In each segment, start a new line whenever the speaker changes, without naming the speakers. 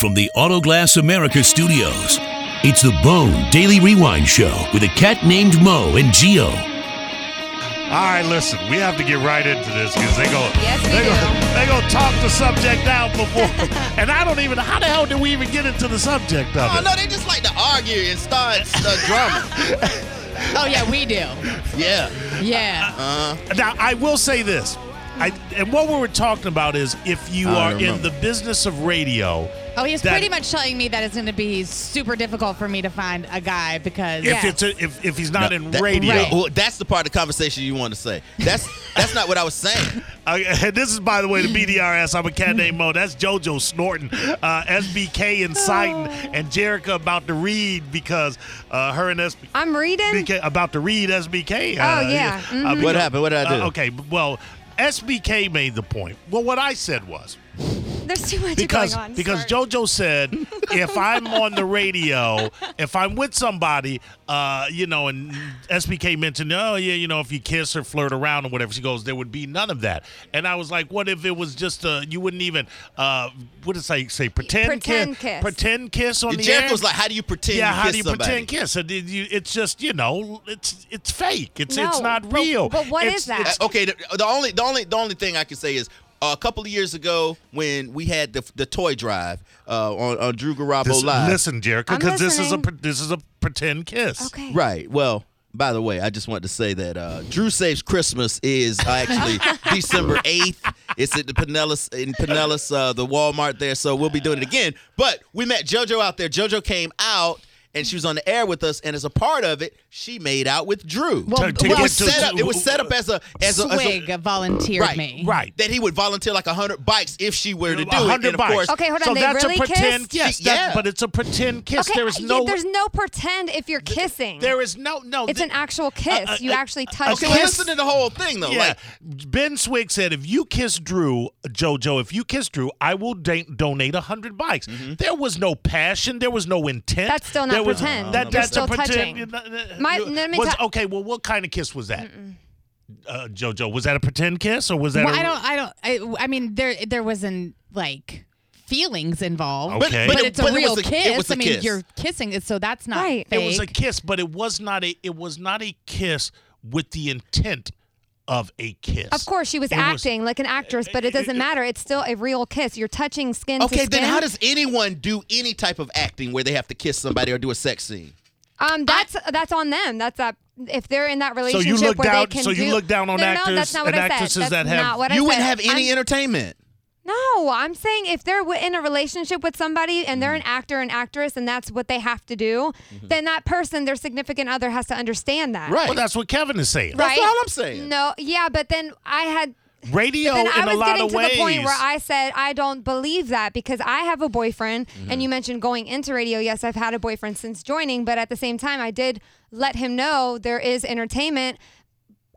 From the Autoglass America studios, it's the Bone Daily Rewind Show with a cat named Mo and Geo.
All right, listen, we have to get right into this because they go,
Yes, we
they go,
do.
they go talk the subject out before, and I don't even. How the hell did we even get into the subject of
Oh
it?
no, they just like to argue and start the drama.
Oh yeah, we do.
Yeah. Uh,
Yeah.
Now, I will say this. I, and what we were talking about is if you
I
are in the
remember.
business of radio,
Oh, he's
That-
pretty much telling me that it's going to be super difficult for me to find a guy because
if it's a, if, if he's not in
That-
radio,
Right.
Well, that's the part of the conversation you want to say. That's that's not what I was saying.
Uh, and this is, by the way, the BDRS. I'm a cat named Mo. That's JoJo snorting, uh, SBK
Oh.
inciting, and Jerica about to read because uh, her and SBK.
I'm reading.
SBK about to read SBK.
Oh, yeah.
uh,
Mhm.
What happened? What did I do?
uh, okay, b- well, SBK made the point. Well, what I said was
There's too much
because
going on.
because
Sorry.
JoJo said if I'm on the radio, if I'm with somebody, uh, you know, and SBK mentioned, oh yeah, you know, if you kiss or flirt around or whatever, she goes, there would be none of that. And I was like, what if it was just uh, you wouldn't even uh, what did I say? Pretend,
Pretend kiss.
pretend kiss on the air.
Jerick was like, "How do you pretend?
Yeah,
you
how
kiss
do you
somebody?
pretend kiss? Uh, did you- It's just you know, it's it's fake. It's it's
No,
not
but-
real.
but what
It's-
is that?
Uh,
it's-
okay. The, the only the only the only thing I can say is. uh, a couple of years ago, when we had the, the toy drive uh, on, on Drew Garabo
This,
Live,
listen, Jerica,
I'm
because this is a
listening.
pre- this is a pretend kiss.
Okay.
Right. Well, by the way, I just wanted to say that uh, Drew Saves Christmas is uh, actually December 8th. It's at the Pinellas, in Pinellas, uh, the Walmart there. So we'll be doing it again. But we met JoJo out there. JoJo came out. And she was on the air with us, and as a part of it, she made out with Drew.
Well,
it,
well-
was set up, it was set up as a as a, as a-
Swig volunteered
Right,
me.
Right.
that he would volunteer like hundred bikes if she were to do it. And
100
of
bucks.
course,
Okay, hold on.
So
they
that's
really
a pretend
kissed?
kiss.
She-
that-
yeah.
but it's a pretend kiss.
Okay,
there is
yeah,
no.
there's no pretend if you're kissing.
there is no. No.
it's
th-
an actual kiss.
uh,
you
uh,
actually touch.
okay, well,
kiss.
listen to the whole thing though.
Yeah.
Oh, Like,
ben Swig said, if you kiss Drew, JoJo, if you kiss Drew, I will da- donate 100 bikes. There was no passion. There was no intent.
That's still not
there was,
pretend.
That,
You're
that's
still
a pretend.
touching.
you know, uh,
My-
you-
let me
was-
ta-
okay, well, what kind of kiss was that? Uh, JoJo, was that a pretend kiss or was that
Well,
a.
I don't. I don't. I, I mean, there there wasn't like feelings involved.
Okay.
But,
But
it's a
but it
real
was a- it
kiss.
was
I
a
mean,
kiss.
you're kissing it, so that's not
Right.
fake.
It was a kiss, but it was not a. It was not a kiss with the intent of a kiss.
Of course, she was
It was-
acting like an actress, but it doesn't matter. It's still a real kiss. You're touching skin to
okay,
skin.
then how does anyone do any type of acting where they have to kiss somebody or do a sex scene?
um that's that's on them. That's that if they're in that
you
relationship
look
where
down-
they can
so you
do-
look down on
no, no,
actors
no, that's not
and
what I said.
actresses
That's
that have-
not what I
you wouldn't
said.
have any
I'm-
entertainment.
No, I'm saying if they're w- in a relationship with somebody and
Mm.
they're an actor and actress and that's what they have to do,
Mm-hmm.
then that person, their significant other, has to understand that.
Right.
Well, that's what Kevin is saying.
That's
Right?
all I'm saying.
No, yeah, but then I had.
Radio
Then
in
I
a
was
lot
getting
of
to
ways.
the point where I said I don't believe that because I have a boyfriend,
Mm-hmm.
and you mentioned going into radio. Yes, I've had a boyfriend since joining, but at the same time, I did let him know there is entertainment.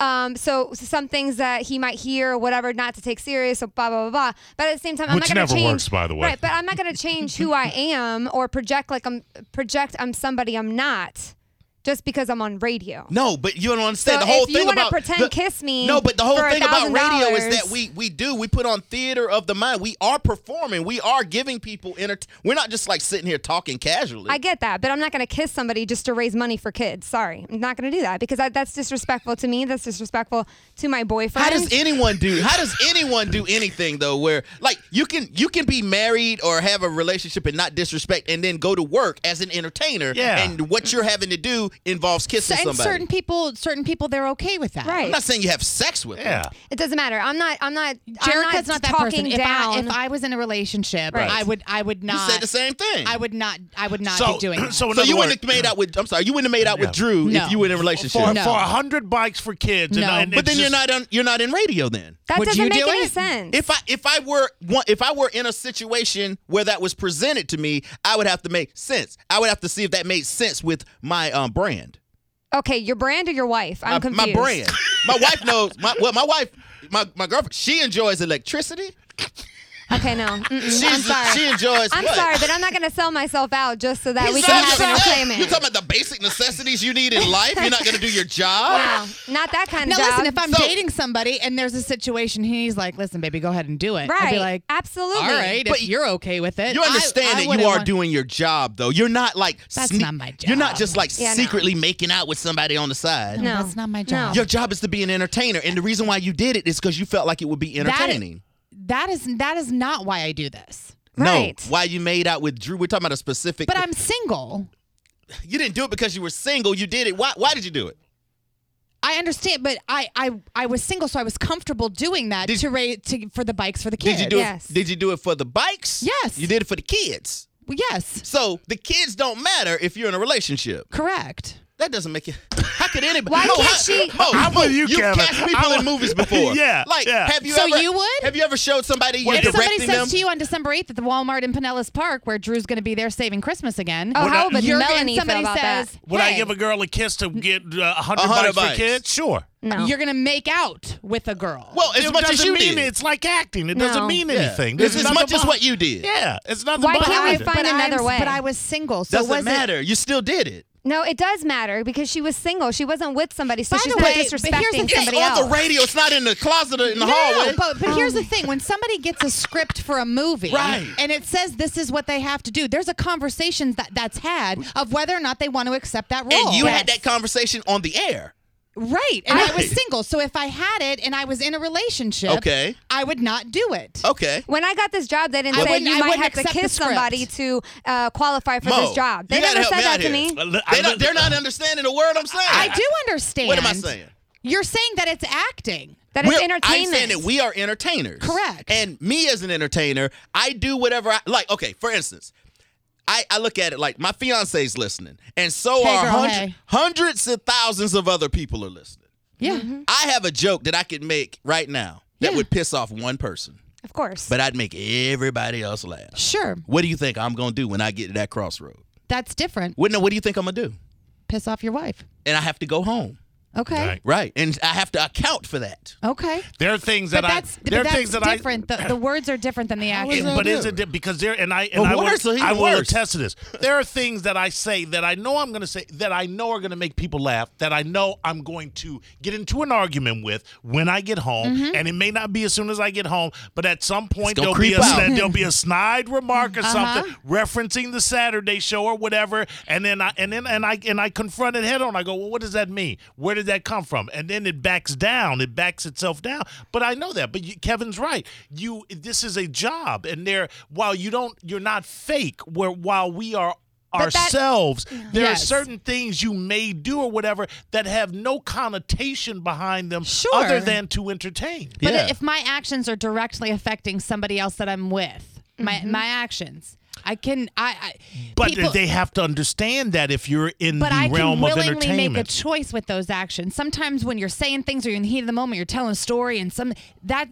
Um, so some things that he might hear or whatever, not to take serious, so blah blah blah. blah. But at the same time, I'm
Which
not going
never
to change.
works, by the way.
Right, but I'm not going to change who I am or project like I'm project I'm somebody I'm not just because I'm on radio.
No, but you don't understand
So
the whole
if you
thing
wanna
about
pretend
the-
kiss me
No, but the whole
for
thing about radio is
$1,000
that we we do we put on theater of the mind. We are performing. We are giving people enter. We're not just like sitting here talking casually.
I get that, but I'm not going to kiss somebody just to raise money for kids. Sorry, I'm not going to do that because I, that's disrespectful to me. That's disrespectful to my boyfriend.
how does anyone do? How does anyone do anything though? Where like you can you can be married or have a relationship and not disrespect, and then go to work as an entertainer.
Yeah.
And what you're having to do involves kissing
and
somebody.
certain people, certain people, they're okay with that.
Right.
I'm not saying you have sex with. them.
yeah.
it doesn't matter. I'm not. I'm not.
Jerica's
I'm
not,
not,
that
talking
person. If
down.
I, if I was in a relationship,
Right.
I would, I would
You
not.
said the same thing.
I would not. I would not
So,
be doing. That.
so, in
So
other
you
words,
wouldn't have made out with. I'm sorry, you wouldn't have made out with Drew
No.
if you were in a relationship.
for,
No.
for 100 bikes for kids. And,
No.
and
But
it's
then you're
just-
not on. You're not in radio then.
that
Would
doesn't
you
make
do
any
it?
sense.
If I if I were one if I were in a situation where that was presented to me, I would have to make sense. I would have to see if that made sense with my um brand.
okay, your brand or your wife? I'm
My, my
confused.
brand. My wife knows. My well, my wife, my my girlfriend. She enjoys electricity.
Okay, no. Mm-mm. I'm
She's-
sorry.
She enjoys.
I'm
what?
sorry, but I'm not going to sell myself out just so that we
Sorry,
can have
you're-
an
You're
entertainment.
talking about the basic necessities you need in life. You're not gonna do your job.
Wow. Not that kind
Now
of job.
listen, if I'm
So-
dating somebody and there's a situation, he's like, "Listen, baby, go ahead and do it." I'd
right.
be like,
Absolutely.
"All right,
But
if you're okay with it."
You
I-
understand
I
that you
wouldn't
are
want-
doing your job, though. You're not like
That's
sneak-
not my
You're not
job.
just like
Yeah, no.
secretly making out with somebody on the side.
No,
No.
that's not my
No.
job.
Your job is to be an entertainer, and the reason why you did it is because you felt like it would be
That-
entertaining.
that is that is not why I do this.
Right.
No, why you made out with Drew? We're talking about a specific.
But I'm single.
you didn't do it because you were single. You did it. Why? Why did you do it?
I understand, but I I, I was single, so I was comfortable doing that
Did-
to raise to, for the bikes for the
Did
kids.
you do
Yes.
it? Did you do it for the bikes?
Yes.
You did it for the kids.
Yes,
So the kids don't matter if you're in a relationship.
corect.
That doesn't make it. How could anybody?
Why
Mo,
can't
how-
she-
Mo,
I'm
Mo,
with you,
You've
Kevin.
cast people
I'm-
in movies before.
Yeah,
Like,
yeah.
have you
So
ever?
you would?
Have you ever showed somebody you're
If somebody
directing
says
them?
to you on December 8th at the Walmart in Pinellas Park, where Drew's going to be there saving Christmas again,
Oh, how
I-
would
you're gonna-
Melanie feel
somebody
about
says,
that?
Would I
"Hey,
give a girl a kiss to get uh, 100,
100
bucks for
bucks.
kids? Sure.
No.
You're gonna make out with a girl.
well, as
it
much
doesn't
as you
mean
did.
it's like acting. It
No.
doesn't mean
Yeah.
anything.
It's
There's
as
nothing
much as
but-
what you did.
Yeah, it's nothing.
Why
but
can't we
acting.
find
but I'm-
another way.
But I was single, so
Doesn't
was
matter. You still did it.
no, it does matter because she was single. She wasn't with somebody, so
By
she's
the
not
way, but here's the
disrespecting
thing.
It's
somebody
on
else.
the radio. It's not in the closet or in the
No, no,
hallway.
no, but, but here's the
Oh.
thing: when somebody gets a script for a movie,
Right.
and it says this is what they have to do, there's a conversation that that's had of whether or not they want to accept that role.
and you had that conversation on the air.
right? And I was
Right.
single, so if I had it and I was in a relationship,
Okay.
I would not do it.
Okay.
when I got this job, they didn't
I
say
wouldn't- I
you might
wouldn't
have to
accept the
kiss somebody
script.
to uh, qualify for
Mo,
this job. They
you gotta
never
help
said
me
that
out
to
here.
me.
Uh, li- I
They don't,
li-
they're not understanding a word I'm saying.
I do understand.
What am I saying?
You're saying that it's acting.
That it's
We're-
entertainment.
I'm saying that we are entertainers.
Correct.
And me as an entertainer, I do whatever I like. Okay, for instance, I, I look at it like my fiance's listening, and so
Hey,
are
girl,
hundred-
hey.
hundreds and thousands of other people are listening.
Yeah.
Mm-hmm.
I have a joke that I could make right now that
Mm-hmm. Yeah.
would piss off one person,
of course.
but I'd make everybody else laugh.
Sure.
What do you think I'm gonna do when I get to that crossroad?
That's different.
What, no, what do you think I'm gonna do?
Piss off your wife.
And I have to go home.
Okay.
Right.
Right. And I have to account for that.
Okay.
There are things
But
that I.
that's,
There
but
are
that's
things that I.
different. The, the words are different than the
was
action.
that
but is it
different?
di- because there and I and I,
worse,
will,
even
I will
worse.
attest to this. There are things that I say that I know I'm going to say that I know are going to make people laugh that I know I'm going to get into an argument with when I get home,
Mm-hmm.
and it may not be as soon as I get home, but at some point
gonna
there'll be
creep
a
out.
sn- there'll be a snide remark or something referencing the Saturday show or whatever, and then I and then and I and I confront it head on. I go, well, what does that mean? Where did that come from? And then it backs down. It backs itself down. But I know that. But you, Kevin's right. You this is a job, and there while you don't you're not fake. Where while we are.
But that-
Ourselves, there
Yes.
are certain things you may do or whatever that have no connotation behind them
Sure.
other than to entertain.
But
Yeah.
if my actions are directly affecting somebody else that I'm with, my my actions, I can I. I
But
people-
they have to understand that if you're in
But
the
I can
realm of
willingly make a
entertainment.
choice with those actions. Sometimes when you're saying things or you're in the heat of the moment, you're telling a story and some that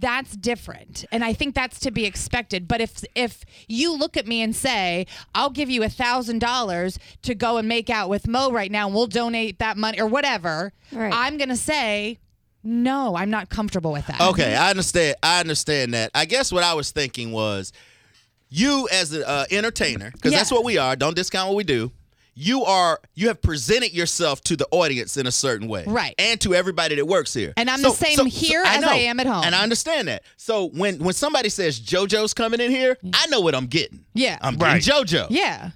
that's different. And I think that's to be expected. But if if you look at me and say, I'll give you a thousand dollars to go and make out with Mo right now and we'll donate that money or whatever,
Right.
I'm gonna say, No, I'm not comfortable with that.
Okay, I understand. I understand that. I guess what I was thinking was, you as an uh, entertainer, because that's
Yeah.
what we are. Don't discount what we do. You are. You have presented yourself to the audience in a certain way,
Right.
And to everybody that works here.
And I'm the same here as I am at home.
And I understand that. So when when somebody says JoJo's coming in here, I know what I'm getting.
Yeah.
I'm
Right.
getting JoJo.
Yeah. Mm-hmm.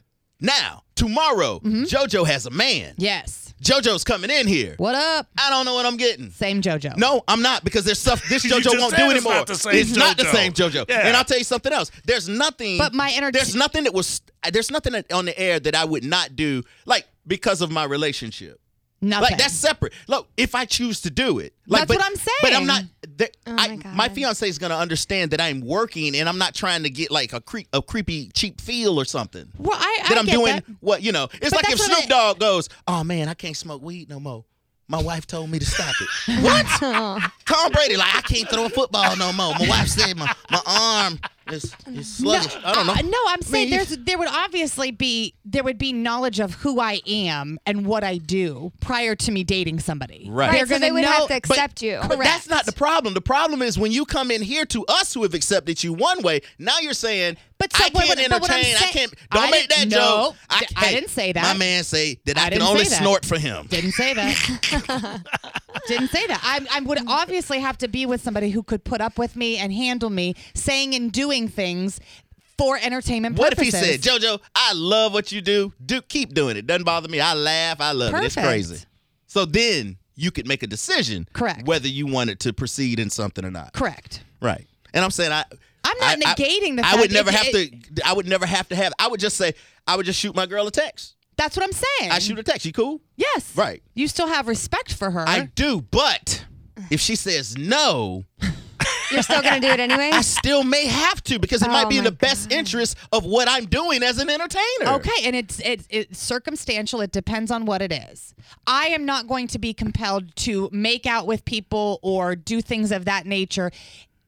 Now tomorrow, JoJo has a man.
Yes.
JoJo's coming in here.
What up?
I don't know what I'm getting.
Same JoJo.
No, I'm not because there's stuff this
You
JoJo
just
won't
said
do
it's
anymore.
not the same
It's not the
JoJo.
same JoJo.
Yeah.
And I'll tell you something else. There's nothing.
But my enter-
There's nothing that was. There's nothing that- on the air that I would not do, like because of my relationship.
Nothing.
Like that's separate. Look, if I choose to do it, like,
That's
but,
what I'm
But I'm
saying.
not. There,
Oh my
I,
God.
my fiance is gonna understand that I'm working and I'm not trying to get like a creep, a creepy, cheap feel or something.
well, I, I
that I'm
get
doing
that.
what you know. It's
But
like if
that's what
Snoop
I-
Dogg goes, "Oh man, I can't smoke weed no more. My wife told me to stop it." what? Tom Brady, like, I can't throw a football no more. My wife said my, my arm It's, it's sluggish. I don't know.
Uh, no, I'm saying
mean,
there's there would obviously be there would be knowledge of who I am and what I do prior to me dating somebody.
Right.
Right,
They're
so
gonna
they would
know.
have to
But-
accept you.
But that's not the problem. The problem is when you come in here to us who have accepted you one way. Now you're saying,
But so
I
what-
can't
but what I'm
entertain. I
saying-
can't. Don't
I
make that
didn't- no,
joke. I,
d- I
hey,
didn't say that.
My man say that I,
I
can
didn't
only
say that.
snort for him.
Didn't say that. Didn't say that. I, I would obviously have to be with somebody who could put up with me and handle me, saying and doing things for entertainment
What if he
purposes.
said, JoJo, I love what you do. Do keep doing it. Doesn't bother me. I laugh. I love it. It's
Perfect.
crazy. So then you could make a decision,
Correct.
whether you wanted to proceed in something or not.
Correct.
Right. And I'm saying I.
I'm not
I- I-
negating the
I
fact
would
it-
never have
it-
to. I would never have to have. I would just say I would just shoot my girl a text.
That's what I'm saying.
I shoot a text. You cool?
Yes.
Right.
You still have respect for her.
I do, but if she says no,
You're still gonna do it anyway.
I still may have to because it might
Oh
be in
my
the best interest of what I'm doing as an entertainer.
Okay, and it's it's it's circumstantial. It depends on what it is. I am not going to be compelled to make out with people or do things of that nature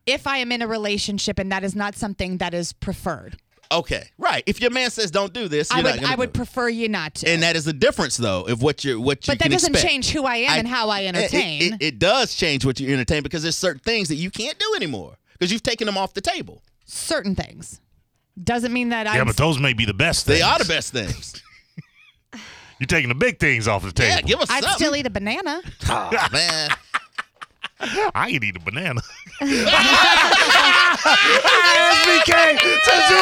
if I am in a relationship and that is not something that is preferred.
Okay. Right. If your man says don't do this, you're
I
not
would
gonna
I would
do it.
prefer you not to.
and that is the difference, though, of what you're what you
but that
can
doesn't
expect.
change who I am and how I
it- it-
entertain.
It, it does change what you entertain because there's certain things that you can't do anymore because you've taken them off the table.
Certain things doesn't mean that
Yeah,
I'm.
but those may be the best things.
They are the best things.
You're taking the big things off the
yeah,
table.
give us
I'd
something,
still eat a banana.
Aw, man.
I could eat a banana. SBK says you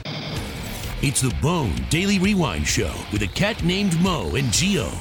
a banana.
It's the Bone Daily Rewind Show with a cat named Mo and Geo.